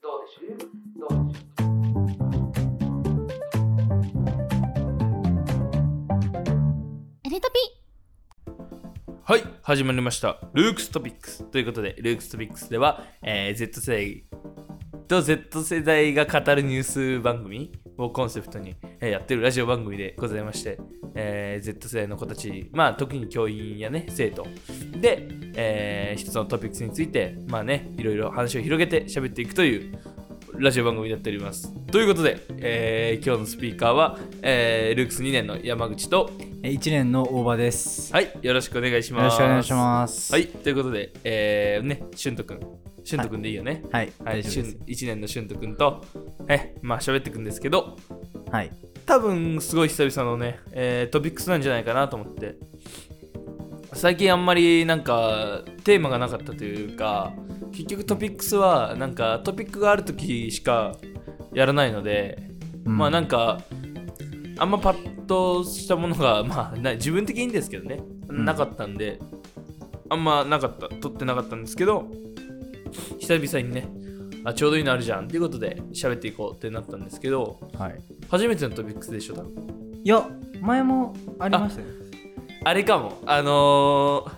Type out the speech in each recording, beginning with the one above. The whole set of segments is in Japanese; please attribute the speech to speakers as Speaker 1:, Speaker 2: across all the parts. Speaker 1: どうでしょうどうでしょう
Speaker 2: エレトピ
Speaker 3: はい始まりましたルークストピックスということでルークストピックスでは、えー Z 世代と Z 世代が語るニュース番組をコンセプトに、えーやってるラジオ番組でございまして、えー Z 世代の子たちまあ特に教員やね生徒で、えー一つのトピックスについてまあねいろいろ話を広げて喋っていくというラジオ番組になっておりますということで、えー今日のスピーカーは、えールークス2年の山口と
Speaker 4: えー一年の大場です。
Speaker 3: はいよろしくお願いし
Speaker 4: よ
Speaker 3: ます
Speaker 4: ろしくお願いします。
Speaker 3: は。い、ということで、えー、ね、しゅんとくん。しゅんとくんでいいよね。
Speaker 4: はい。
Speaker 3: はい、
Speaker 4: 大丈
Speaker 3: し
Speaker 4: 夫
Speaker 3: ゅ
Speaker 4: です
Speaker 3: ん1年のしゅんとくんと、え、まあ、喋っていくんですけど、
Speaker 4: はい。
Speaker 3: 多分、すごい久々のね、えートピックスなんじゃないかなと思って。最近あんまりなんかテーマがなかったというか結局トピックスはなんかトピックがある時しかやらないのでまあなん
Speaker 4: か、
Speaker 3: かあんまパッとしたものが まあな自分的にですけどね、
Speaker 4: うん
Speaker 3: なかったんであんまなかった撮ってなかったんですけど久々にねあちょうどいいのあるじゃんっていうことで喋っていこうってなったんですけど
Speaker 4: はい。
Speaker 3: 初めてのトピックスでしょ多分
Speaker 4: いや、前もありましたよ。
Speaker 3: あれかもあのー、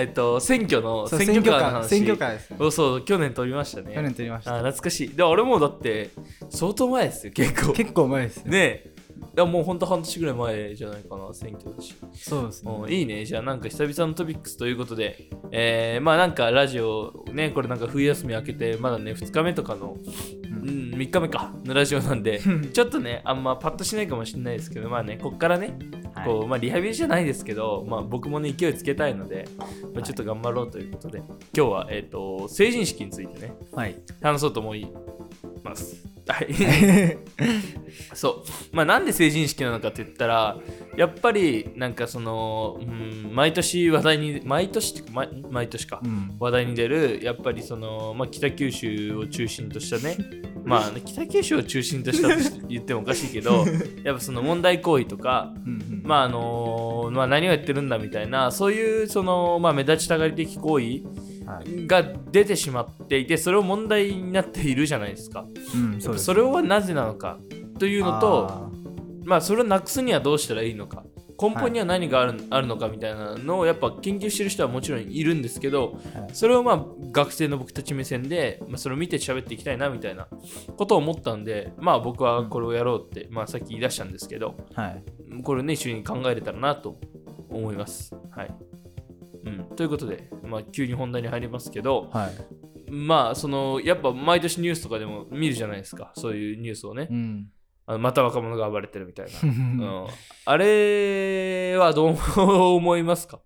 Speaker 3: えっと選挙の
Speaker 4: そう
Speaker 3: 選挙カーの話
Speaker 4: 選挙カーです。
Speaker 3: おそう去年撮りましたね
Speaker 4: 去年撮りまし
Speaker 3: あ
Speaker 4: た。
Speaker 3: 懐かしいで俺もうだって相当前ですよ結構
Speaker 4: 結構前ですね。
Speaker 3: ねえいやもうほんと半年ぐらい前じゃないかな選挙だし
Speaker 4: そうですね。
Speaker 3: うんいいね。じゃあなんか久々のトピックスということで、えーまあなんかラジオね、これなんか冬休み明けて、まだね、2日目とかの、うん、3日目か、のラジオなんで、ちょっとね、あんまパッとしないかもしれないですけど、まあね、こっからね、
Speaker 4: はい
Speaker 3: こう、まあリハビリじゃないですけど、まあ僕もね、勢いつけたいので、まあ、ちょっと頑張ろうということで、今日は、えっ、と、成人式についてね、
Speaker 4: はい。
Speaker 3: 話そうと思います。 はい。そうまあなんで成人式なのかって言ったらやっぱりなんかその、うん、毎年話題に毎年っていうか毎毎年か、
Speaker 4: うん
Speaker 3: 話題に出るやっぱりその、まあ、北九州を中心としたねまあ北九州を中心としたとして言ってもおかしいけ どやっぱその問題行為とか
Speaker 4: うん
Speaker 3: まああのまあ、何をやってるんだみたいなそういうその、まあ、目立ちたがり的行為
Speaker 4: うんはい
Speaker 3: が出てしまっていてそれを問題になっているじゃないですか
Speaker 4: うんそうです
Speaker 3: それはなぜなのかというのと
Speaker 4: あー
Speaker 3: まあそれをなくすにはどうしたらいいのか根本には何がある,、あるのかみたいなのをやっぱ研究してる人はもちろんいるんですけど、
Speaker 4: はい
Speaker 3: それをまあ学生の僕たち目線で、まあ、それを見て喋っていきたいなみたいなことを思ったんでまあ僕はこれをやろうって、まあさっき言い出したんですけど
Speaker 4: はい。
Speaker 3: これをね一緒に考えれたらなと思います。はいうん、ということで、まあ、急に本題に入りますけど、
Speaker 4: はい。
Speaker 3: まあそのやっぱ毎年ニュースとかでも見るじゃないですかそういうニュースをね、
Speaker 4: うん。
Speaker 3: あのまた若者が暴れてるみたいなうんあれはどう思いますか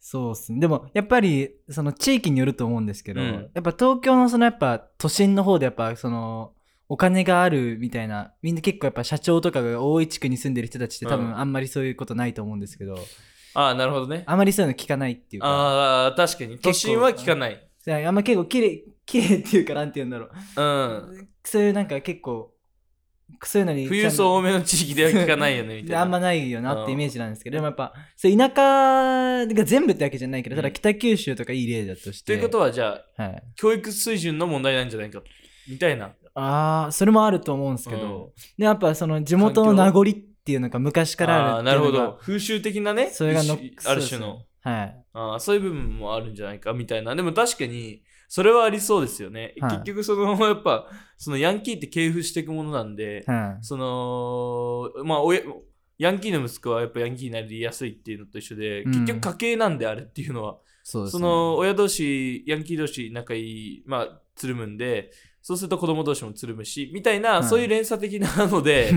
Speaker 4: そうですね。でも、やっぱり、その地域によると思うんですけど、
Speaker 3: うん
Speaker 4: やっぱ東京のその、やっぱ都心の方で、やっぱその、お金があるみたいな、みんな結構やっぱ社長とかが多い地区に住んでる人たちって多
Speaker 3: うん
Speaker 4: 分あんまりそういうことないと思うんですけど、
Speaker 3: ああ、なるほどね。
Speaker 4: あまりそういうの聞かないっていうか、
Speaker 3: ああ、確かに。都心は聞かない。
Speaker 4: そうあんま結構綺麗、綺麗っていう か、なんて言うんだろう。
Speaker 3: うん。
Speaker 4: そういうなんか結構、そういうのに。
Speaker 3: 富裕層多めの地域では聞かないよね、みたい
Speaker 4: で
Speaker 3: な。
Speaker 4: あんまないよなってイメージなんですけど、でもやっぱ、そう田舎が全部ってわけじゃないけど、ただ北九州とかいい例だとして。
Speaker 3: ということは、じゃあ、
Speaker 4: はい。
Speaker 3: 教育水準の問題なんじゃないか、みたいな。
Speaker 4: ああそれもあると思うんですけど、でやっぱその地元の名残っていうのが昔か
Speaker 3: あ
Speaker 4: ら
Speaker 3: ー
Speaker 4: あるっ
Speaker 3: な
Speaker 4: て
Speaker 3: る
Speaker 4: いう
Speaker 3: ほ
Speaker 4: のが
Speaker 3: ど。風習的なね、
Speaker 4: それがの
Speaker 3: 一種ある種の。
Speaker 4: はい
Speaker 3: ああそういう部分もあるんじゃないかみたいなでも確かにそれはありそうですよね、
Speaker 4: はい
Speaker 3: 結局その やっぱそのヤンキーって系譜していくものなんで、
Speaker 4: はい
Speaker 3: そのまあおやヤンキーの息子はやっぱヤンキーになりやすいっていうのと一緒で、
Speaker 4: うん
Speaker 3: 結局家系なんであれっていうのは
Speaker 4: そうです
Speaker 3: そ
Speaker 4: ね
Speaker 3: の親同士ヤンキー同士仲いいまあつるむんでそうすると子供同士もつるむしみたいな、
Speaker 4: はい
Speaker 3: そういう連鎖的なので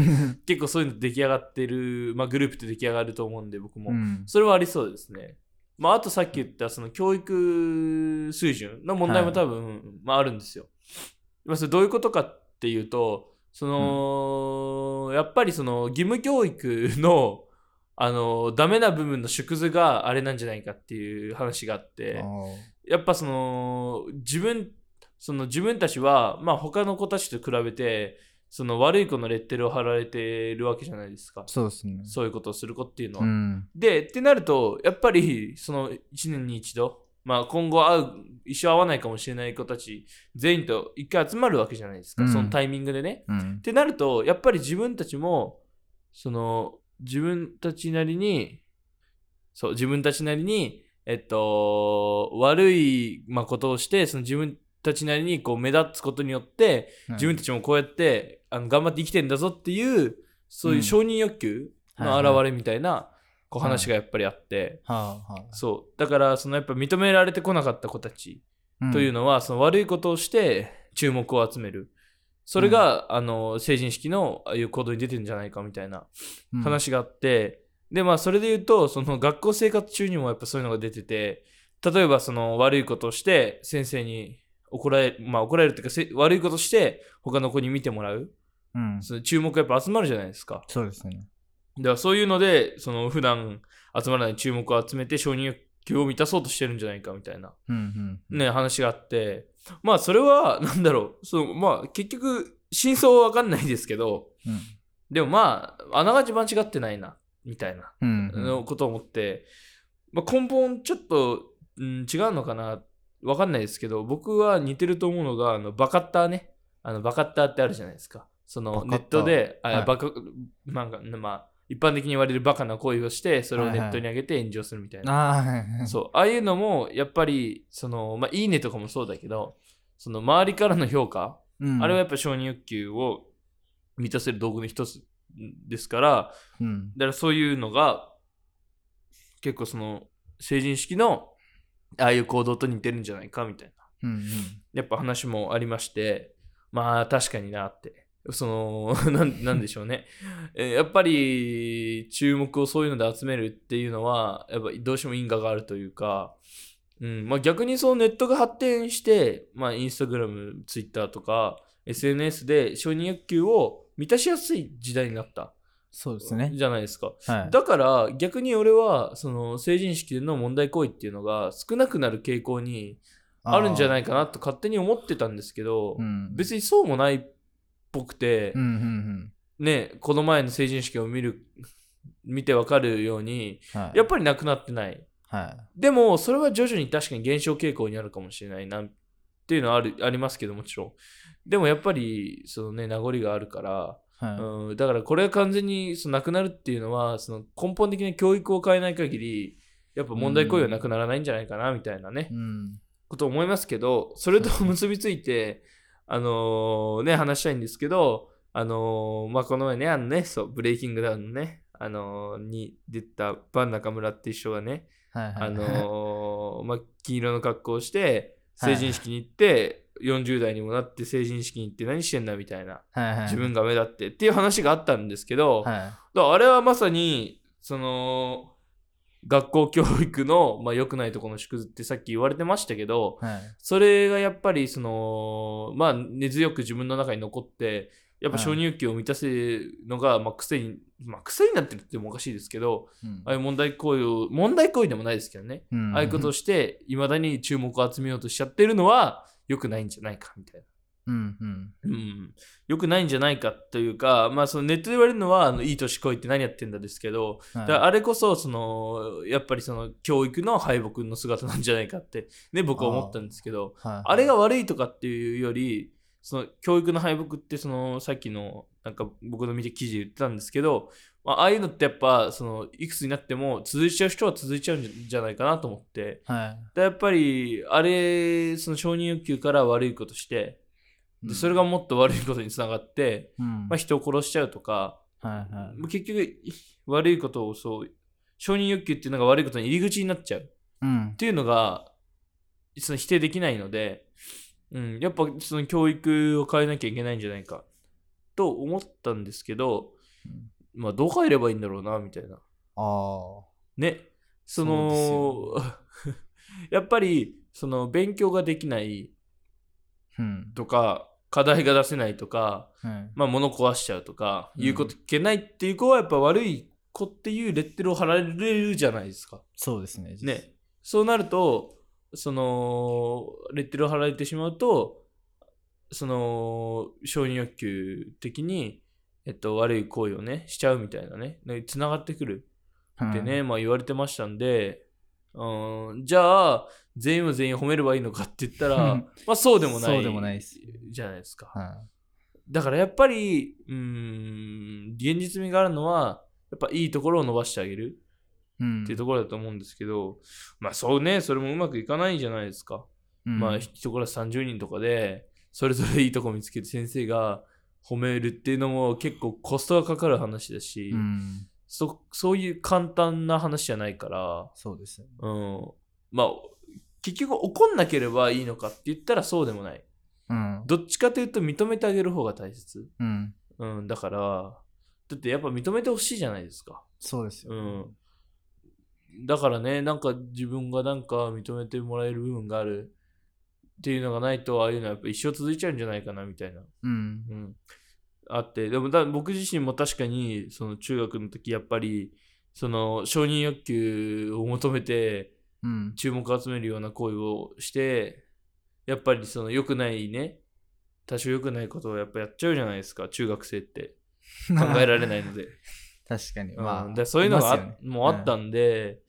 Speaker 3: 結構そういうの出来上がってる、まあ、グループって出来上がると思うんで僕も、
Speaker 4: うん
Speaker 3: それはありそうですね。まあ、あとさっき言ったその教育水準の問題も多分、まあ、あるんですよ。まあ、それどういうことかっていうとその、やっぱりその義務教育のあのダメな部分の縮図があれなんじゃないかっていう話があって
Speaker 4: おー
Speaker 3: やっぱその自分その自分たちは、まあ、他の子たちと比べてその悪い子のレッテルを貼られてるわけじゃないですか
Speaker 4: そうですね
Speaker 3: そういうことをする子っていうのは。
Speaker 4: うん
Speaker 3: でってなるとやっぱりその1年に一度まあ、今後会う一生会わないかもしれない子たち全員と一回集まるわけじゃないですか、
Speaker 4: うん
Speaker 3: そのタイミングでね。
Speaker 4: うん
Speaker 3: っ。てなるとやっぱり自分たちもその自分たちなりにそう自分たちなりにえっと悪い、まあ、ことをしてその自分たちなりにこう目立つことによって自分たちもこうやってあの頑張って生きてんだぞっていうそういう承認欲求の表れみたいなこう話がやっぱりあって。
Speaker 4: はあは
Speaker 3: そうだからそのやっぱ認められてこなかった子たち
Speaker 4: あ。
Speaker 3: というのは、その悪いことをして注目を集めるそれが、あの成人式のああいう行動に出てるんじゃないかみたいな
Speaker 4: うん
Speaker 3: 話があって、でまあそれで言うとその学校生活中にもやっぱそういうのが出てて例えばその悪いことをして先生に怒られまあ怒られるっていうかせ悪いことして他の子に見てもらう
Speaker 4: うん。
Speaker 3: その注目がやっぱ集まるじゃないですか
Speaker 4: そうですね。
Speaker 3: だからそういうのでその普段集まらない注目を集めて承認欲求を満たそうとしてるんじゃないかみたいな
Speaker 4: うんうん。
Speaker 3: ね、話があって、まあそれは、 なんだろう、そのまあ結局、真相はわかんないですけど、
Speaker 4: うん
Speaker 3: でもまあ、あながち間違ってないな、みたいな、
Speaker 4: うんうん。
Speaker 3: のことを思って、まあ、根本ちょっと、うん、違うのかな、わかんないですけど、僕は似てると思うのが、あの、バカッターね、あの、バカッターってあるじゃないですか。そ
Speaker 4: バカ
Speaker 3: の、
Speaker 4: ッ
Speaker 3: ネ
Speaker 4: ター
Speaker 3: ットで、
Speaker 4: は
Speaker 3: あ
Speaker 4: い
Speaker 3: バカ、なんか、まあ、一般的に言われるバカな行為をして、それをネットに上げて炎上するみたいな。
Speaker 4: ああ、はいはい
Speaker 3: そうああいうのもやっぱりその、まあ、いいねとかもそうだけどその周りからの評価、
Speaker 4: うん
Speaker 3: あれはやっぱ承認欲求を満たせる道具の一つですからだか
Speaker 4: うん。
Speaker 3: らそういうのが結構その成人式のああいう行動と似てるんじゃないかみたいな
Speaker 4: うんうん。
Speaker 3: やっぱ話もありましてまあ確かになってその なんなんでしょうねえーやっぱり注目をそういうので集めるっていうのはやっぱどうしても因果があるというか、うんまあ、逆にそのネットが発展して、まあ、インスタグラムツイッターとか SNS で承認欲求を満たしやすい時代になった
Speaker 4: そうですね。
Speaker 3: じゃないですか
Speaker 4: はい。
Speaker 3: だから逆に俺はその成人式での問題行為っていうのが少なくなる傾向にあるんじゃないいかなと勝手に思ってたんですけど、
Speaker 4: うん。
Speaker 3: 別にそうもないっぽくて、
Speaker 4: うんうんうん。
Speaker 3: ねこの前の成人式を見る見てわかるように
Speaker 4: はい。
Speaker 3: やっぱりなくなってない
Speaker 4: は
Speaker 3: でもそれは徐々に確かに減少傾向にあるかもしれないなっていうのはあるありますけどもちろんでもやっぱりそのね名残があるから、
Speaker 4: い。は
Speaker 3: うん、だからこれが完全にそのなくなるっていうのはその根本的な教育を変えない限りやっぱ問題行為はなくならないんじゃないかなみたいなね、
Speaker 4: い。うん。
Speaker 3: こと思いますけどそれと結びついてあのーね話したいんですけどあのーまあこの前ねあのねそうブレイキングダウンのねあのーに出たバン中村っていう人がね
Speaker 4: はいはい。
Speaker 3: あ のーまあ黄色の格好をして
Speaker 4: はい
Speaker 3: 成人式に行って40代にもなって成人式に行って何してんだみたいな
Speaker 4: はいはい。
Speaker 3: 自分が目立ってっていう話があったんですけど、
Speaker 4: は
Speaker 3: だからあれはまさにその学校教育の、まあ、良くないところの縮図ってさっき言われてましたけど、
Speaker 4: い。はい。
Speaker 3: それがやっぱりそのまあ根強く自分の中に残ってやっぱ
Speaker 4: はい
Speaker 3: 承認欲求を満たせるのが、まあ、癖に、まあ、癖になってるって言ってもおかしいですけど
Speaker 4: うん
Speaker 3: ああいう問題行為を問題行為でもないですけどね、
Speaker 4: うん
Speaker 3: ああいうことをしていまだに注目を集めようとしちゃってるのは良くないんじゃないかみたいな。
Speaker 4: うんうん。
Speaker 3: うん、良くないんじゃないかというか、まあ、そのネットで言われるのはあのいい年こいって何やってんだですけど、
Speaker 4: は
Speaker 3: だ
Speaker 4: い
Speaker 3: からあれこそそのやっぱりその教育の敗北の姿なんじゃないかって、ね、僕は思ったんですけど
Speaker 4: はい
Speaker 3: あれが悪いとかっていうよりその教育の敗北ってそのさっきのなんか僕の見て記事で言ってたんですけど、まあああいうのってやっぱそのいくつになっても続いちゃう人は続いちゃうんじゃないかなと思って
Speaker 4: はい。
Speaker 3: だやっぱりあれその承認欲求から悪いことしてでそれがもっと悪いことにつながって、
Speaker 4: うん、
Speaker 3: まあ、人を殺しちゃうとか
Speaker 4: はいはい。
Speaker 3: 結局い悪いことをそう承認欲求っていうのが悪いことの入り口になっちゃうっ
Speaker 4: うん。
Speaker 3: ていうのがその否定できないので、うん、やっぱその教育を変えなきゃいけないんじゃないかと思ったんですけど、
Speaker 4: うん
Speaker 3: まあどう変えればいいんだろうなみたいな
Speaker 4: ああ。
Speaker 3: ねその やっぱりその勉強ができない
Speaker 4: うん。
Speaker 3: とか課題が出せないとか
Speaker 4: はい。
Speaker 3: まあ、物壊しちゃうとか、
Speaker 4: うん
Speaker 3: 言うこと聞けないっていう子はやっぱ悪い子っていうレッテルを貼られるじゃないですか。
Speaker 4: そうですね。
Speaker 3: ね。そうなると、その、レッテルを貼られてしまうと、その、承認欲求的に、えっと、悪い行為をね、しちゃうみたいなね、つながってくる
Speaker 4: うん。
Speaker 3: ってね、まあ言われてましたんで、うん、じゃあ全員は全員褒めればいいのかって言ったら まあそうでもない
Speaker 4: そうでもないです
Speaker 3: じゃないですか
Speaker 4: は
Speaker 3: だからやっぱりうーん現実味があるのはやっぱいいところを伸ばしてあげる
Speaker 4: い。うん
Speaker 3: っていうところだと思うんですけど、まあそうねそれもうまくいかないじゃないですか、
Speaker 4: うん
Speaker 3: まあ一クラス30人とかでそれぞれいいとこ見つけて先生が褒めるっていうのも結構コストがかかる話だし、
Speaker 4: うん、
Speaker 3: そそういう簡単な話じゃないから、
Speaker 4: そうです。
Speaker 3: うん、まあ結局怒んなければいいのかって言ったらそうでもない
Speaker 4: うん。
Speaker 3: どっちかというと認めてあげる方が大切、
Speaker 4: うん。
Speaker 3: うん、だからだってやっぱ認めてほしいじゃないですか
Speaker 4: そうですよ。
Speaker 3: うん。だからね、なんか自分がなんか認めてもらえる部分があるっていうのがないと、ああいうのはやっぱ一生続いちゃうんじゃないかなみたいな。
Speaker 4: うん。
Speaker 3: うん。あって、でもだ僕自身も確かに、その中学の時やっぱり、その承認欲求を求めて
Speaker 4: うん。
Speaker 3: 注目を集めるような行為をして、やっぱりその良くないね、多少良くないことをやっぱやっちゃうじゃないですか、中学生って。考えられないので。
Speaker 4: 確かに。
Speaker 3: ま
Speaker 4: ま
Speaker 3: あ、
Speaker 4: あ、
Speaker 3: でそういうのがあ
Speaker 4: ますよね
Speaker 3: もうあったんで、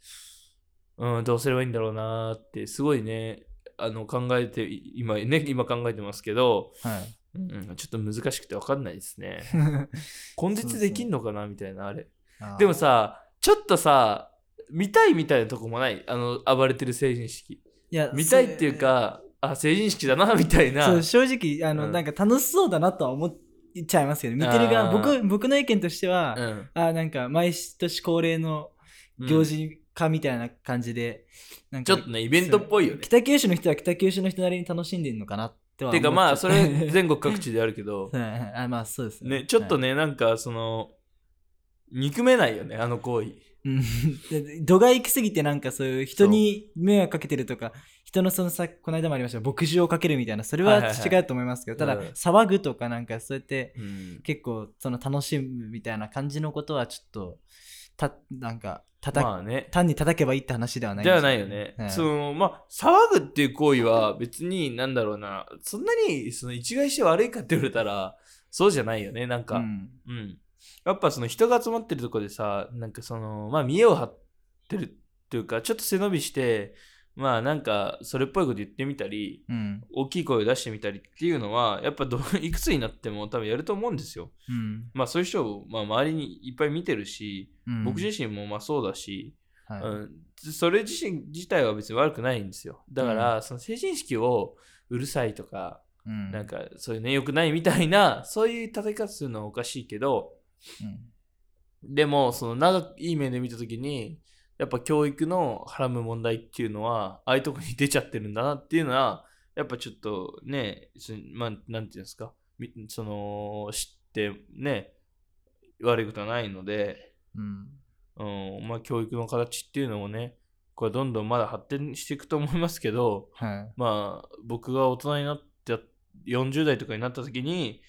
Speaker 3: うんどうすればいいんだろうなーってすごいねあの考えてい今ね今考えてますけど、
Speaker 4: はい。
Speaker 3: うん、ちょっと難しくて分かんないですね根
Speaker 4: そうです
Speaker 3: 絶
Speaker 4: ね
Speaker 3: できんのかなみたいなあれ
Speaker 4: あー
Speaker 3: でも、さちょっとさ見たいみたいなとこもないあの暴れてる成人式
Speaker 4: いや
Speaker 3: 見たいっていう、かあ成人式だなみたい
Speaker 4: そ
Speaker 3: な
Speaker 4: うそう正直、あの、
Speaker 3: うん
Speaker 4: なんか楽しそうだなとは思っちゃいますよね。見てる側、
Speaker 3: あー
Speaker 4: 僕、僕の意見としては、
Speaker 3: うん
Speaker 4: あーなんか毎年恒例の
Speaker 3: うん
Speaker 4: 行事化みたいな感じで、なん
Speaker 3: ちょっとねイベントっぽいよね
Speaker 4: 北九州の人は北九州の人なりに楽しんでるのかなっては
Speaker 3: て
Speaker 4: 思
Speaker 3: いう
Speaker 4: っちゃ
Speaker 3: か
Speaker 4: う
Speaker 3: まあそれ全国各地であるけど
Speaker 4: はいはいあまあそうです
Speaker 3: ね、ちょっと
Speaker 4: ね
Speaker 3: ね、なんかその、憎めないよね、あの行為。
Speaker 4: うんで度が行き過ぎてなんかそういう人に迷惑かけてるとか人のそのさこの間もありましたが牧場をかけるみたいなそれ
Speaker 3: はい
Speaker 4: は
Speaker 3: はいはい
Speaker 4: 違うと思いますけど、
Speaker 3: うん
Speaker 4: ただ騒ぐとかなんかそうやって結構その楽しむみたいな感じのことはちょっとたなんか叩、
Speaker 3: まあね、
Speaker 4: 単に叩けばいいって話ではない
Speaker 3: じゃないよね。
Speaker 4: はい
Speaker 3: その、まあ、騒ぐっていう行為は別に、なんだろうな、そんなにその一概して悪いかって言われたら、そうじゃないよね、なんか。
Speaker 4: う
Speaker 3: うん。
Speaker 4: ん
Speaker 3: やっぱその人が集まってるとこでさ、なんかその、まあ、見栄を張ってるっていうか、ちょっと背伸びして、まあなんかそれっぽいこと言ってみたり
Speaker 4: うん
Speaker 3: 大きい声を出してみたりっていうのはやっぱどいくつになっても多分やると思うんですよ。
Speaker 4: うん
Speaker 3: まあそういう人を、まあ、周りにいっぱい見てるし、
Speaker 4: うん
Speaker 3: 僕自身もまあそうだし、
Speaker 4: はい
Speaker 3: うん、それ自身自体は別に悪くないんですよ。だから、その成人式をうるさいとか、
Speaker 4: うん
Speaker 3: なんかそういうね、良くないみたいな、そういう叩き方するのはおかしいけど、
Speaker 4: うん
Speaker 3: でも、その長くいい面で見たときに、やっぱ教育のはらむ問題っていうのは、ああいうとこに出ちゃってるんだなっていうのは、やっぱちょっとね、そまあ、なんていうんですか、みその、知ってね、悪いことはないので、
Speaker 4: うん
Speaker 3: うん、まあ、教育の形っていうのもね、これどんどんまだ発展していくと思いますけど、
Speaker 4: はい
Speaker 3: まあ、僕が大人になって、40代とかになった時に、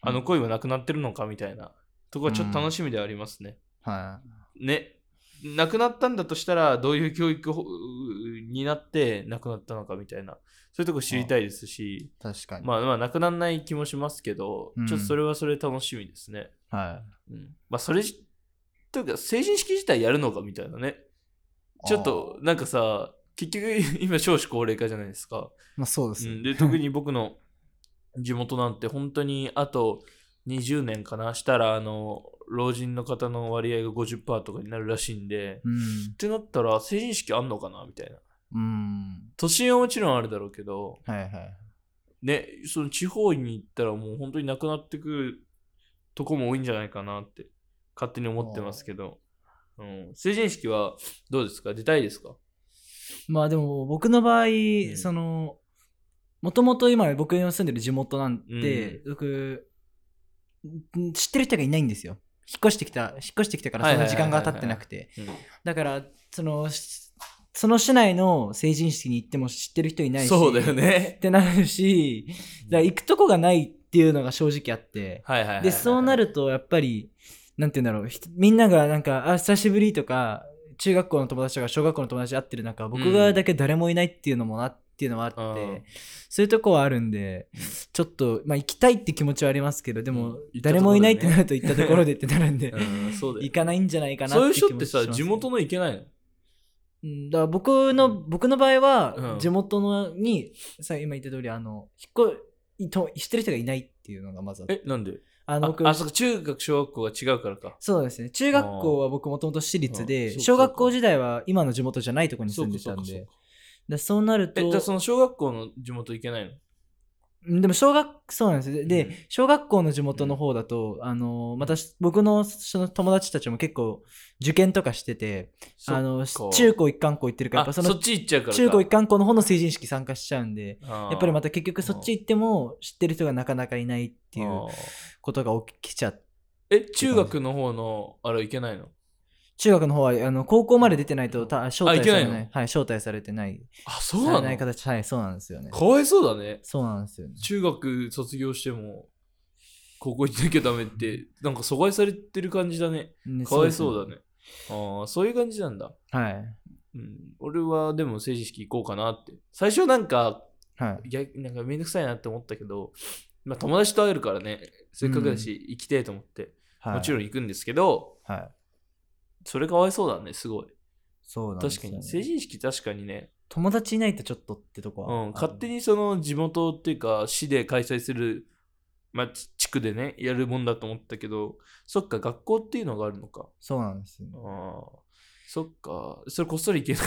Speaker 3: あの恋はなくなってるのかみたいな、とこはちょっと楽しみではありますね。
Speaker 4: は
Speaker 3: ね、亡くなったんだとしたら、どういう教育をになって亡くなったのかみたいな、そういうとこ知りたいですし、
Speaker 4: い確かに、
Speaker 3: まあ、まあ、亡くならない気もしますけど、
Speaker 4: うん
Speaker 3: ちょっとそれはそれ楽しみですね。
Speaker 4: は
Speaker 3: うん、まあ、それじ、というか、成人式自体やるのかみたいなね。
Speaker 4: い
Speaker 3: ちょっと、なんかさ、結局、 今、少子高齢化じゃないですか。
Speaker 4: あーまあそうです
Speaker 3: う
Speaker 4: ね、
Speaker 3: ん、で、特に僕の地元なんて、本当に、あと20年かな、したら、あの、老人の方の割合が50%とかになるらしいんで、
Speaker 4: うん
Speaker 3: ってなったら成人式あんのかなみたいな
Speaker 4: うん
Speaker 3: 都心はもちろんあるだろうけど
Speaker 4: はいはい
Speaker 3: ねその地方に行ったらもう本当になくなってくるとこも多いんじゃないかなって勝手に思ってますけど、うん、成人式はどうですか出たいですか
Speaker 4: まあでも僕の場合、
Speaker 3: ん
Speaker 4: そのもともと今僕の住んでる地元なんて、僕ん知ってる人がいないんですよ引っ越してきた引っ越してきてから
Speaker 3: はい
Speaker 4: そん
Speaker 3: はい
Speaker 4: な
Speaker 3: はいはいはい
Speaker 4: 時間が経ってなくて
Speaker 3: うん
Speaker 4: だからそのしその市内の成人式に行っても知ってる人いないし
Speaker 3: そうだよ
Speaker 4: っ
Speaker 3: ね
Speaker 4: てなるしだから行くとこがないっていうのが正直あって
Speaker 3: はいはいはいはい
Speaker 4: でそうな
Speaker 3: る
Speaker 4: るとやっぱりなんて言うんだろうひみんながなんかあ久しぶりとか中学校の友達とか小学校の友達会ってる中僕がだけ誰もいないっていうのもなっていうのはあって、
Speaker 3: うん
Speaker 4: そういうとこはあるんでちょっと、まあ、行きたいって気持ちはありますけどで
Speaker 3: うん
Speaker 4: も
Speaker 3: 行ったところでね
Speaker 4: 誰もいないってなると行ったところでってなるん で、
Speaker 3: うんそうだよ
Speaker 4: 行かないんじゃないかな
Speaker 3: そういう
Speaker 4: 気
Speaker 3: 人っ
Speaker 4: 持
Speaker 3: て
Speaker 4: ちします
Speaker 3: さ地元の行けないの
Speaker 4: うんだから僕の僕の場合
Speaker 3: う
Speaker 4: は
Speaker 3: ん
Speaker 4: 地元のにさ今言った通りあの引っ越いとしてる人がいないっていうのがまずあって
Speaker 3: え、なんで
Speaker 4: あの
Speaker 3: あ
Speaker 4: 僕
Speaker 3: あ、そっか、中学、小学校が違うからか。
Speaker 4: そうですね中学校は僕もともと私立
Speaker 3: あー
Speaker 4: で
Speaker 3: そう
Speaker 4: 小学校時代は今の地元じゃないところに住んでた
Speaker 3: そ
Speaker 4: ん
Speaker 3: うかそう
Speaker 4: で
Speaker 3: かそ
Speaker 4: だそうなると
Speaker 3: え、じゃあその小学校の地元行けないの
Speaker 4: うんでも小学そうなんですよで、
Speaker 3: うん
Speaker 4: 小学校の地元の方だと、あのまたし僕のその友達たちも結構受験とかしてて
Speaker 3: そっか
Speaker 4: あの中高一貫校行ってるからやっ
Speaker 3: あ
Speaker 4: ぱ
Speaker 3: そ
Speaker 4: その
Speaker 3: っち行っちゃうからか。
Speaker 4: 中高一貫校の方の成人式参加しちゃうんで
Speaker 3: や
Speaker 4: やっぱりまた結局そっち行っても知ってる人がなかなかいないっていうことが起きちゃって
Speaker 3: え、中学の方の、あれ行けないの
Speaker 4: 中学の方はあの高校まで出てないとた招待さ
Speaker 3: い
Speaker 4: れ
Speaker 3: け
Speaker 4: な
Speaker 3: ない
Speaker 4: いはい、招待されてない
Speaker 3: あ、そう
Speaker 4: さ
Speaker 3: な
Speaker 4: れない
Speaker 3: の
Speaker 4: 形はいそうなんですよね
Speaker 3: かわいそうだね。
Speaker 4: そうなんですよね
Speaker 3: 中学卒業しても、高校行ってなきゃダメって、なんか疎外されてる感じだね。
Speaker 4: ね
Speaker 3: かわいそうだね。ああ、そういう感じなんだ。
Speaker 4: そうですね
Speaker 3: うん、俺はでも成人式行こうかなって。最初なんか、
Speaker 4: はいはい
Speaker 3: いやなんかめんどくさいなって思ったけど、まあ、友達と会えるからね、せっかくだし、行きたいと思って、
Speaker 4: はい
Speaker 3: もちろん行くんですけど、
Speaker 4: んはい
Speaker 3: それかわいそうだね、すごい。
Speaker 4: そうなんです
Speaker 3: 確
Speaker 4: よ
Speaker 3: か
Speaker 4: ね
Speaker 3: に、成人式確かにね、
Speaker 4: 友達いないとちょっとってとこは、
Speaker 3: うん、勝手
Speaker 4: に
Speaker 3: にその地元っていうか、市で開催する、まあ、ち地区でね、やるもんだと思ったけど、そっか、学校っていうのがあるのか。
Speaker 4: そうなんですよ
Speaker 3: あ
Speaker 4: ね
Speaker 3: ーそっか、それこっそり行けな い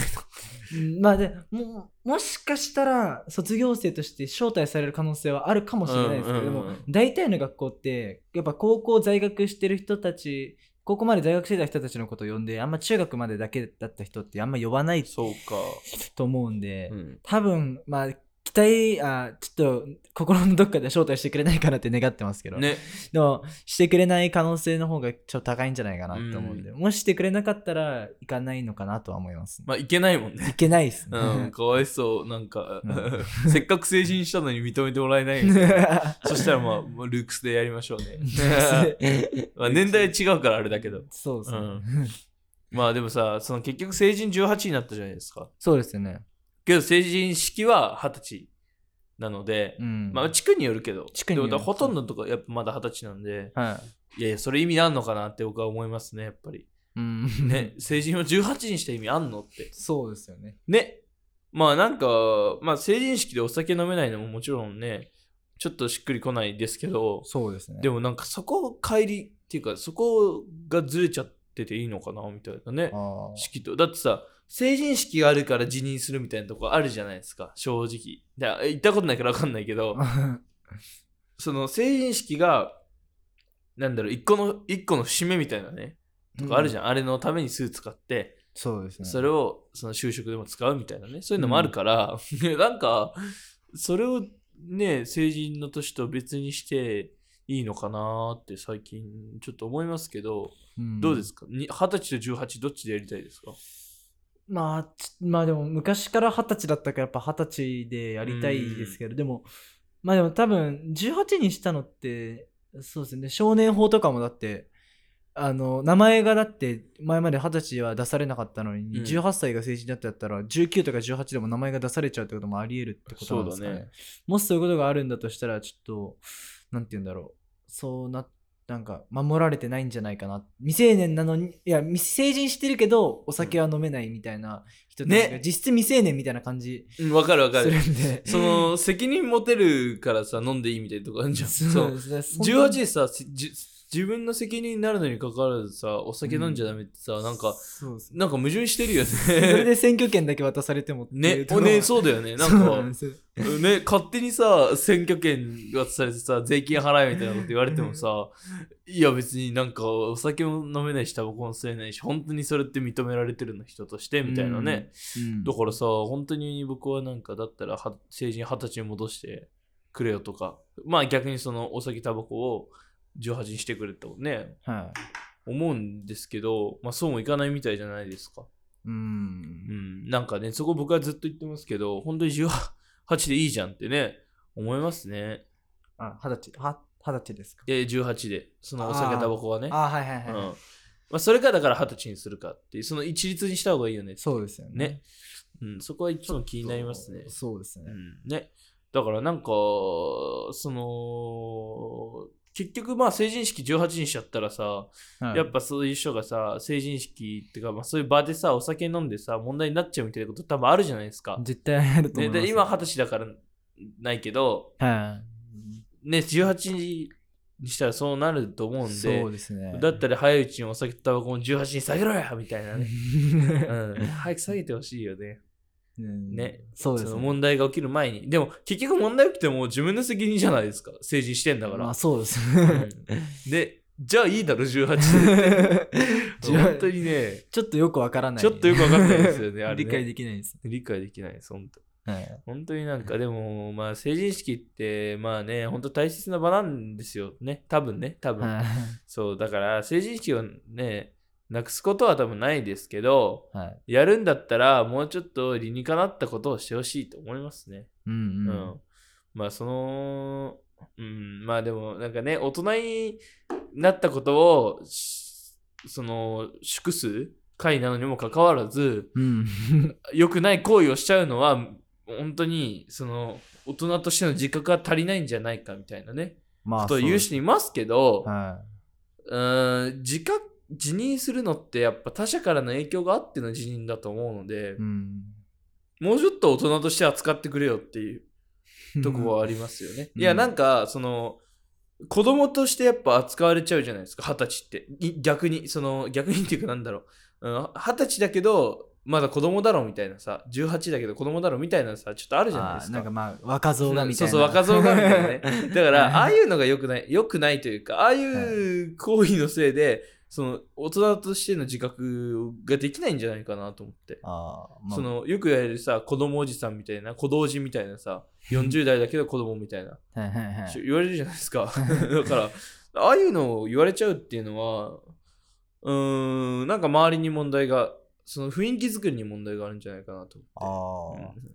Speaker 3: の。
Speaker 4: うんまあでももしかしたら卒業生として招待される可能性はあるかもしれないですけど、
Speaker 3: うんうんうん
Speaker 4: でも大体の学校ってやっぱ高校在学してる人たち高校まで在学してた人たちのことを呼んであんま中学までだけだった人ってあんま呼ばない
Speaker 3: そうか。
Speaker 4: と思うんで、
Speaker 3: うん
Speaker 4: 多分まあ期待あちょっと心のどっかで招待してくれないかなって願ってますけど、
Speaker 3: ね、
Speaker 4: でもしてくれない可能性の方がちょっと高いんじゃないかなって思うんで、もししてくれなかったら行かないのかなとは思います、ね
Speaker 3: まあ、行けないもんね。
Speaker 4: いけないですね、
Speaker 3: うん、かわいそう。なんか、
Speaker 4: う
Speaker 3: せっかく成人したのに認めてもらえない。 そしたら、まあ、もうルークスでやりましょうね。 まあ年代違うからあれだけど。
Speaker 4: そうですね、
Speaker 3: うんまあでもさ、その結局成人18になったじゃないですか。
Speaker 4: そうですよね、
Speaker 3: けど成人式は20歳なので、
Speaker 4: うん、
Speaker 3: まあ地区によるけど、
Speaker 4: 地区による
Speaker 3: でもほとんどのとこやっぱまだ20歳なんで、
Speaker 4: はい
Speaker 3: やいや、それ意味あんのかなって僕は思いますね、やっぱり。
Speaker 4: い、うん、
Speaker 3: ね、成人を18にした意味あんのって。
Speaker 4: そうですよね
Speaker 3: ね。まあなんか、まあ成人式でお酒飲めないのももちろんね、ちょっとしっくりこないですけど、
Speaker 4: そうですね
Speaker 3: で
Speaker 4: も
Speaker 3: もなんかそこを帰りっていうか、そこがずれちゃってていいのかなみたいなね。
Speaker 4: あ
Speaker 3: 式と。だってさ、成人式があるから辞任するみたいなとこあるじゃないですか、正直。だ行ったことないから分かんないけど、
Speaker 4: ー
Speaker 3: その成人式が、なんだろう、一個の、一個の節目みたいなね、 とかあるじゃん。あれのためにスーツ買って、
Speaker 4: そうですね
Speaker 3: それをその就職でも使うみたいなねそういうのもあるから、 なんかそれをね成人の年と別にしていいのかなーって最近ちょっと思いますけど、
Speaker 4: ん
Speaker 3: どうですかに二十歳と18どっちでやりたいですか
Speaker 4: まあちまあでも昔から二十歳だったからやっぱ二十歳でやりたいですけど、でもまあでも多分18にしたのってそうですね少年法とかもだってあの名前がだって前まで二十歳は出されなかったのに、
Speaker 3: うん
Speaker 4: 18歳が成人だったら19とか18でも名前が出されちゃうってこともあり得るってことなんですかね
Speaker 3: そうだね
Speaker 4: もしそういうことがあるんだとしたらちょっとなんて言うんだろうそうななんか守られてないんじゃないかな未成年なのにいや未成人してるけどお酒は飲めないみたいな人たち
Speaker 3: ね
Speaker 4: が実質未成年みたいな感じ
Speaker 3: うん、分かる分か
Speaker 4: する
Speaker 3: る
Speaker 4: んで、
Speaker 3: その責任持てるからさ飲んでいいみたいなとこあるじゃん そう
Speaker 4: ですね
Speaker 3: 18でさじ自分の責任になるのにかかわらずさお酒飲んじゃダメってさ、なんか
Speaker 4: そうですね
Speaker 3: なんか矛盾してるよね
Speaker 4: それで選挙権だけ渡されてもって い
Speaker 3: ね
Speaker 4: うと
Speaker 3: お
Speaker 4: ころ
Speaker 3: ねそうだよねなん
Speaker 4: そう
Speaker 3: か
Speaker 4: なんですよ
Speaker 3: ね、勝手にさ選挙権渡されてさ税金払えみたいなこと言われてもさいや別になんかお酒も飲めないしタバコも吸えないし本当にそれって認められてるの人としてみたいなね、
Speaker 4: うん
Speaker 3: だからさ本当に僕はなんかだったらは成人二十歳に戻してくれよとかまあ逆にそのお酒タバコを18にしてくれとね
Speaker 4: はい
Speaker 3: 思うんですけど、まあ、そうもいかないみたいじゃないですか。
Speaker 4: う
Speaker 3: うんん、なんかね、そこ僕はずっと言ってますけど、本当に18でいいじゃんってね、思いますね。
Speaker 4: あ二十歳は二十歳ですか
Speaker 3: で、18で、そのお酒、
Speaker 4: あー
Speaker 3: タバコはね。
Speaker 4: あはいはいは
Speaker 3: う
Speaker 4: い、
Speaker 3: んまあ、それかだから20歳にするかっていう、その一律にした方がいいよねって。
Speaker 4: そうですよね
Speaker 3: ね。うん、そこはいつも気になりますね。
Speaker 4: そうですね
Speaker 3: う、ん、ね。だからなんか、その、結局まあ成人式18にしちゃったらさ、
Speaker 4: はい
Speaker 3: やっぱそういう人がさ成人式ってかまあそういう場でさお酒飲んでさ問題になっちゃうみたいなこと多分あるじゃないですか、
Speaker 4: 絶対あると思
Speaker 3: ね、
Speaker 4: います、
Speaker 3: で今二十歳だからないけど
Speaker 4: は
Speaker 3: ね18にしたらそうなると思う
Speaker 4: い
Speaker 3: ん
Speaker 4: そう
Speaker 3: で
Speaker 4: ですね
Speaker 3: だったら早いうちにお酒とタバコも18に下げろやみたいなね、うん、早く下げてほしいよね
Speaker 4: うん
Speaker 3: ね
Speaker 4: そうで
Speaker 3: そ
Speaker 4: す
Speaker 3: の
Speaker 4: ね
Speaker 3: 問題が起きる前にでも結局問題起きても自分の責任じゃないですか成人してんだから、
Speaker 4: まあそう です
Speaker 3: うんでじゃあいいだろ18 で本当にね
Speaker 4: ちょっとよくわからない
Speaker 3: ちょっとよくわかんないですよね あれね
Speaker 4: 理解できないです、
Speaker 3: 理解できないです本当
Speaker 4: はい、
Speaker 3: 本当になんかでもまあ成人式ってまあね本当大切な場なんですよね多分ね多分、
Speaker 4: はい
Speaker 3: そうだから成人式をねなくすことは多分ないですけど
Speaker 4: はい
Speaker 3: やるんだったらもうちょっと理にかなったことをしてほしいと思いますね
Speaker 4: うん
Speaker 3: う
Speaker 4: うん
Speaker 3: ん、まあその、うん、まあでもなんかね大人になったことをしその祝す会なのにもかかわらず
Speaker 4: うん、
Speaker 3: 良くない行為をしちゃうのは本当にその大人としての自覚が足りないんじゃないかみたいなね
Speaker 4: ま
Speaker 3: ことを言う
Speaker 4: し
Speaker 3: 人いますけど
Speaker 4: は
Speaker 3: うーん自覚辞任するのってやっぱ他者からの影響があっての辞任だと思うので
Speaker 4: い、うん、
Speaker 3: もうちょっと大人として扱ってくれよっていうとこはありますよね。
Speaker 4: うん
Speaker 3: いやなんかその子供としてやっぱ扱われちゃうじゃないですか二十歳ってい逆にその逆にっていうかなんだろううん二十歳だけどまだ子供だろみたいなさ18だけど子供だろみたいなさちょっとあるじゃないですか。
Speaker 4: あーなんかまあ若造がみたいな
Speaker 3: そうそう若造がみたいなね だからああ
Speaker 4: う
Speaker 3: いうのが良くない良くないというかああいう行為のせいでその大人としての自覚ができないんじゃないかなと思って
Speaker 4: あー、まあ、
Speaker 3: そのよく言われるさ子供おじさんみたいな子同時みたいなさ40代だけど子供みたいな
Speaker 4: はいはいはい
Speaker 3: し言われるじゃないですか だからああいうのを言われちゃうっていうのはうーんなんか周りに問題がその雰囲気作りに問題があるんじゃないかなと
Speaker 4: あ
Speaker 3: 思って
Speaker 4: ー
Speaker 3: うん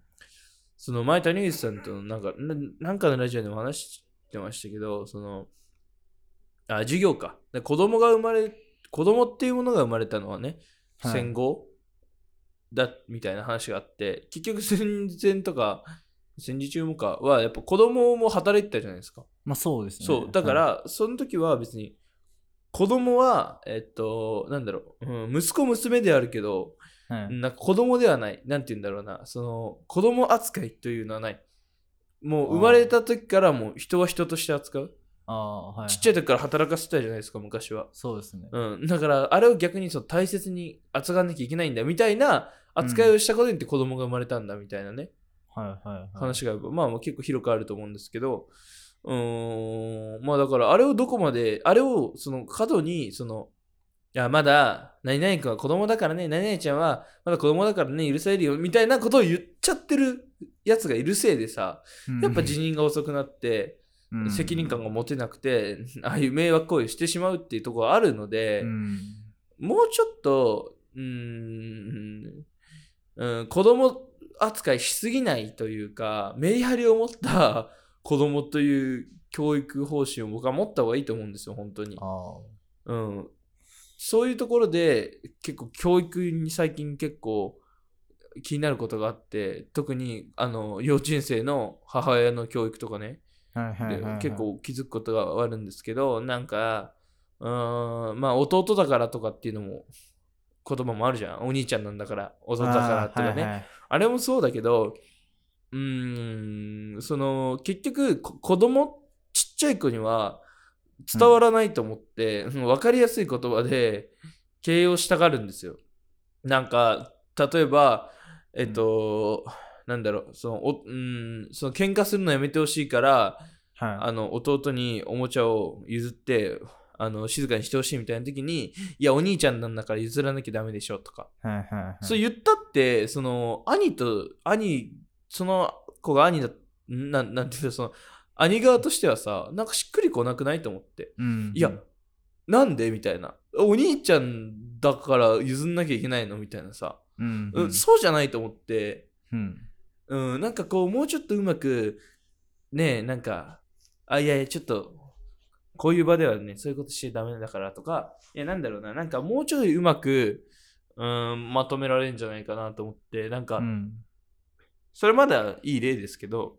Speaker 3: その前谷口さんとなんかななんかのラジオでも話してましたけどそのあ授業かで子供が生まれ子供っていうものが生まれたのはね
Speaker 4: はい
Speaker 3: 戦後だみたいな話があって結局戦前とか戦時中もかはやっぱ子供も働いてたじゃないですか、
Speaker 4: まあそうですね
Speaker 3: そうだか、らその時は別に子供はえっとなんだろう、うん、息子娘であるけど
Speaker 4: はいはい
Speaker 3: なんか子供ではないなんて言うんだろうなその子供扱いというのはないもう生まれた時からもう人は人として扱う
Speaker 4: ああはい
Speaker 3: ちっちゃい時から働かせてたじゃないですか昔は
Speaker 4: そうですね、
Speaker 3: うん、だからあれを逆にその大切に扱わなきゃいけないんだみたいな扱いをしたことによって子供が生まれたんだみたいなね、
Speaker 4: はいはいはい
Speaker 3: 話がまあまあ結構広くあると思うんですけどうーんまあだからあれをどこまであれをその過度にそのいやまだ何々君は子供だからね何々ちゃんはまだ子供だからね許されるよみたいなことを言っちゃってるやつがいるせいでさやっぱ辞任が遅くなって
Speaker 4: 任
Speaker 3: 責任感が持てなくてああいう迷惑行為をしてしまうっていうところがあるので。
Speaker 4: うん
Speaker 3: もうちょっと、うーん、うん、子供扱いしすぎないというか、メリハリを持った 子供という教育方針を僕は持った方がいいと思うんですよ、本当に
Speaker 4: あ。ー
Speaker 3: うん。そういうところで、結構教育に最近結構気になることがあって、特にあの幼稚園生の母親の教育とかね、
Speaker 4: はいはいはい
Speaker 3: で
Speaker 4: はい
Speaker 3: 結構気づくことがあるんですけどなんかうーんまあ弟だからとかっていうのも言葉もあるじゃんお兄ちゃんなんだから弟だからとかねあ,、
Speaker 4: あーはいはい
Speaker 3: れもそうだけどうーんその結局こ子供ちっちゃい子には伝わらないと思って、 分かりやすい言葉で形容したがるんですよなんか例えばえっと、なんだろうそのおうんその喧嘩するのやめてほしいから
Speaker 4: はい
Speaker 3: あの弟におもちゃを譲ってあの静かにしてほしいみたいな時に「いやお兄ちゃんなんだから譲らなきゃダメでしょ」とか、
Speaker 4: はいはいはい
Speaker 3: そう言ったってその兄と兄その子が兄だなんなんていうのその兄側としてはさなんかしっくりこなくないと思って
Speaker 4: うん
Speaker 3: 「いやなんで?」みたいな「お兄ちゃんだから譲んなきゃいけないの?」みたいなさ、
Speaker 4: うん
Speaker 3: うんそうじゃないと思って
Speaker 4: うん
Speaker 3: うん、なんかこう、もうちょっとうまく、ねえ、なんか、あ、いやいや、ちょっと、こういう場ではね、そういうことしちゃダメだからとか、いや、なんだろうな、なんかもうちょいうまく、うん、まとめられるんじゃないかなと思って、なんか、
Speaker 4: うん
Speaker 3: それまだいい例ですけど、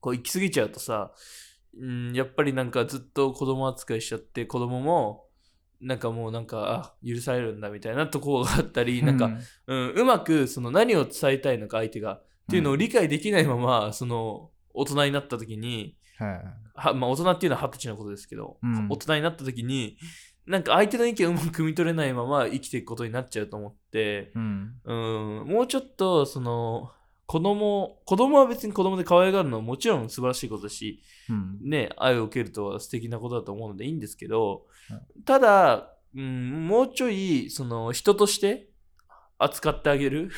Speaker 3: こう行き過ぎちゃうとさ、うん、やっぱりなんかずっと子供扱いしちゃって子供もなんかもうなんかあ許されるんだみたいなところがあったり、なん
Speaker 4: う
Speaker 3: か、うん、うまくその何を伝えたいのか相手がっていうのを理解できないまま、その大人になった時に
Speaker 4: はい
Speaker 3: は、まあ、大人っていうのは二十歳のことですけど、
Speaker 4: うん
Speaker 3: 大人になった時になんか相手の意見をうまく汲み取れないまま生きていくことになっちゃうと思って、
Speaker 4: うん
Speaker 3: うん、もうちょっとその子供子供は別に子供で可愛がるのはもちろん素晴らしいことだし
Speaker 4: うん
Speaker 3: ね、愛を受けるとは素敵なことだと思うのでいいんですけど、
Speaker 4: は
Speaker 3: ただ、うん、もうちょいその人として扱ってあげる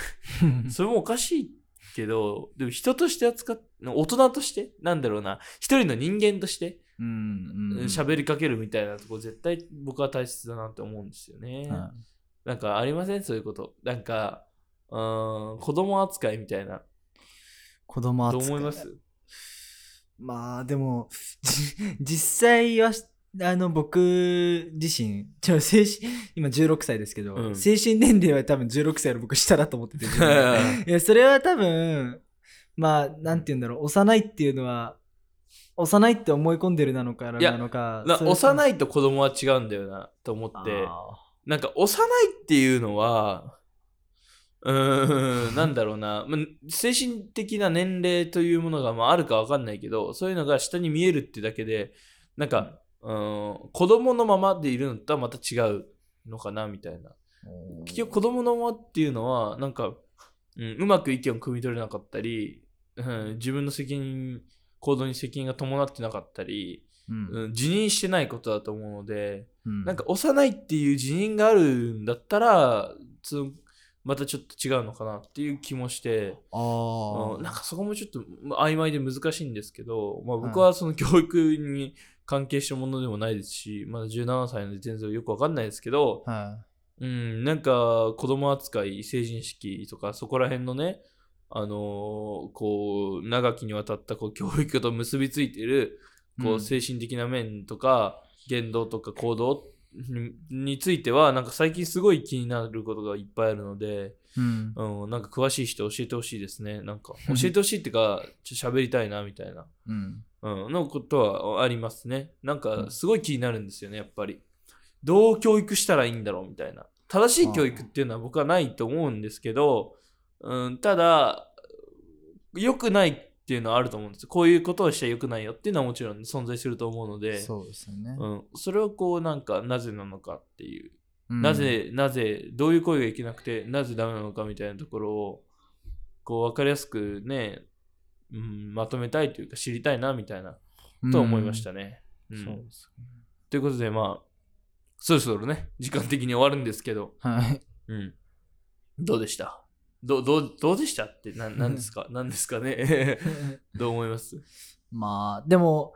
Speaker 3: それもおかしいけどでも人として扱っ大人としてなんだろうな一人の人間として
Speaker 4: うんうん
Speaker 3: 喋、りかけるみたいなとこ絶対僕は大切だなって思うんですよね。
Speaker 4: は
Speaker 3: なんかありませんそういうこと。なんかうん子供扱いみたいな。
Speaker 4: い子供
Speaker 3: どう
Speaker 4: 扱い
Speaker 3: 思います
Speaker 4: まあでもじ実際はしあの僕自身ちょ精神今16歳ですけど、
Speaker 3: うん
Speaker 4: 精神年齢は多分16歳の僕下だと思ってて いやそれは多分まあなんて言うんだろう幼いっていうのは幼いって思い込んでるなのか
Speaker 3: いや
Speaker 4: なのか
Speaker 3: な
Speaker 4: い
Speaker 3: 幼いと子供は違うんだよなと思って。なんか幼いっていうのは、う ーん、なんだろうな、まあ精神的な年齢というものが、まあ、あるかわかんないけど、そういうのが下に見えるってだけで、なんか、うん、子供のままでいるのとはまた違うのかなみたいな。結局子供のままっていうのは、なんか、うん、うまく意見を汲み取れなかったり、うん、自分の責任、行動に責任が伴ってなかったり、うん、辞任してないことだと思うので、なんか幼いっていう辞任があるんだったらそのまたちょっと違うのかなっていう気もして、
Speaker 4: あ
Speaker 3: うん、なん
Speaker 4: ー
Speaker 3: かそこもちょっとまあ曖昧で難しいんですけど、まあ、僕はその教育に関係したものでもないですしまだ17歳の時点でよくわかんないですけど、
Speaker 4: は
Speaker 3: うん、なんか子供扱い成人式とかそこら辺のねあのーこう長きにわたったこう教育と結びついてるこ
Speaker 4: う
Speaker 3: うん精神的な面とか、言動とか行動にについてはなんか最近すごい気になることがいっぱいあるので、
Speaker 4: いうん
Speaker 3: うん、なんか詳しい人教えてほしいですねなんか教えてほしいってかちょっと喋りたいなみたいな、
Speaker 4: うん
Speaker 3: うん、のことはありますねなんかすごい気になるんですよねやっぱりどう教育したらいいんだろうみたいな正しい教育っていうのは僕はないと思うんですけど、うん、ただ良くないっていうのはあると思うんですこういうことをしちゃ良くないよっていうのはもちろん存在すると思うので
Speaker 4: そうですよね、
Speaker 3: うん、それをこうなんかなぜなのかっていう、
Speaker 4: うん
Speaker 3: なぜなぜどういう声がいけなくてなぜダメなのかみたいなところをこう分かりやすくね、うん、まとめたいというか知りたいなみたいなとは思いまし、たね。
Speaker 4: うん
Speaker 3: うん
Speaker 4: そうですよね
Speaker 3: ということでまあそろそろね時間的に終わるんですけど、
Speaker 4: はい
Speaker 3: うん、どうでしたどどうどうでしたって ななんですかなんですかねどう思います
Speaker 4: まあでも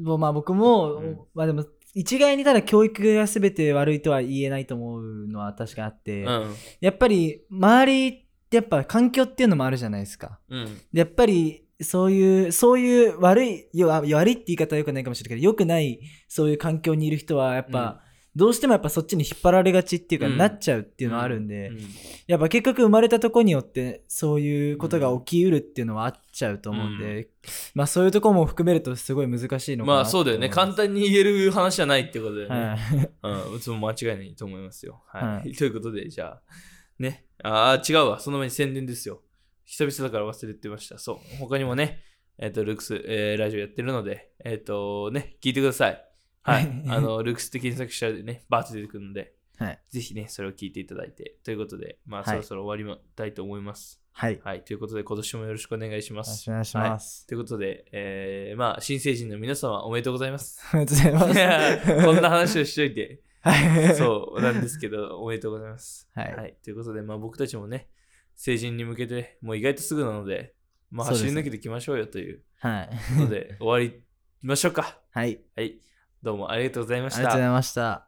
Speaker 4: もうまあ僕も、
Speaker 3: うん
Speaker 4: まあでも一概にただ教育が全て悪いとは言えないと思うのは確かにあって、
Speaker 3: うん
Speaker 4: やっぱり周りってやっぱ環境っていうのもあるじゃないですか
Speaker 3: うん
Speaker 4: でやっぱりそういうそういう悪いよ悪いって言い方はよくないかもしれないけど良くないそういう環境にいる人はやっぱ、どうしてもやっぱそっちに引っ張られがちっていうか、
Speaker 3: うん
Speaker 4: なっちゃうっていうのはあるんで、
Speaker 3: うん
Speaker 4: やっぱ結局生まれたとこによってそういうことが起きうるっていうのはあっちゃうと思うんで、まあそういうとこも含めるとすごい難しいのかな
Speaker 3: まあそうだよね
Speaker 4: と思
Speaker 3: 簡単に言える話じゃないってことだよね、
Speaker 4: います
Speaker 3: うん、うつも間違いないと思いますよ。はい。
Speaker 4: はい
Speaker 3: ということで、じゃあ、ね。ああ、違うわ。その前に宣伝ですよ。久々だから忘れてました。そう。他にもね、えっ、と、ルークス、えーラジオやってるので、えっ、と、ね、聞いてください。は
Speaker 4: はいい。
Speaker 3: あの、ルークスって検索したらね、バーッと出てくるので、
Speaker 4: はい
Speaker 3: ぜひね、それを聞いていただいて。ということで、まあ、
Speaker 4: はい
Speaker 3: そろそろ終わりたいと思います。
Speaker 4: はいよ
Speaker 3: はい。ということで、今年もよろしくお願いしま
Speaker 4: ろし
Speaker 3: す。
Speaker 4: くお願いします、
Speaker 3: ということで、えーまあ、新成人の皆様、おめでとうござい ます。
Speaker 4: ありがとうござい
Speaker 3: いや
Speaker 4: ます
Speaker 3: こんな話をしといて。
Speaker 4: はい
Speaker 3: そうなんですけど、おめでとうございます。
Speaker 4: はい
Speaker 3: ということで、まあ、僕たちもね、成人に向けて、もう意外とすぐなので、まあ、
Speaker 4: そうです
Speaker 3: 走り
Speaker 4: ね
Speaker 3: 抜けていきましょうよという
Speaker 4: はい
Speaker 3: ことで、終わりましょうか。
Speaker 4: はい
Speaker 3: はい。どうもありがとうございま
Speaker 4: あ
Speaker 3: し
Speaker 4: りがとうござ
Speaker 3: た
Speaker 4: い。ました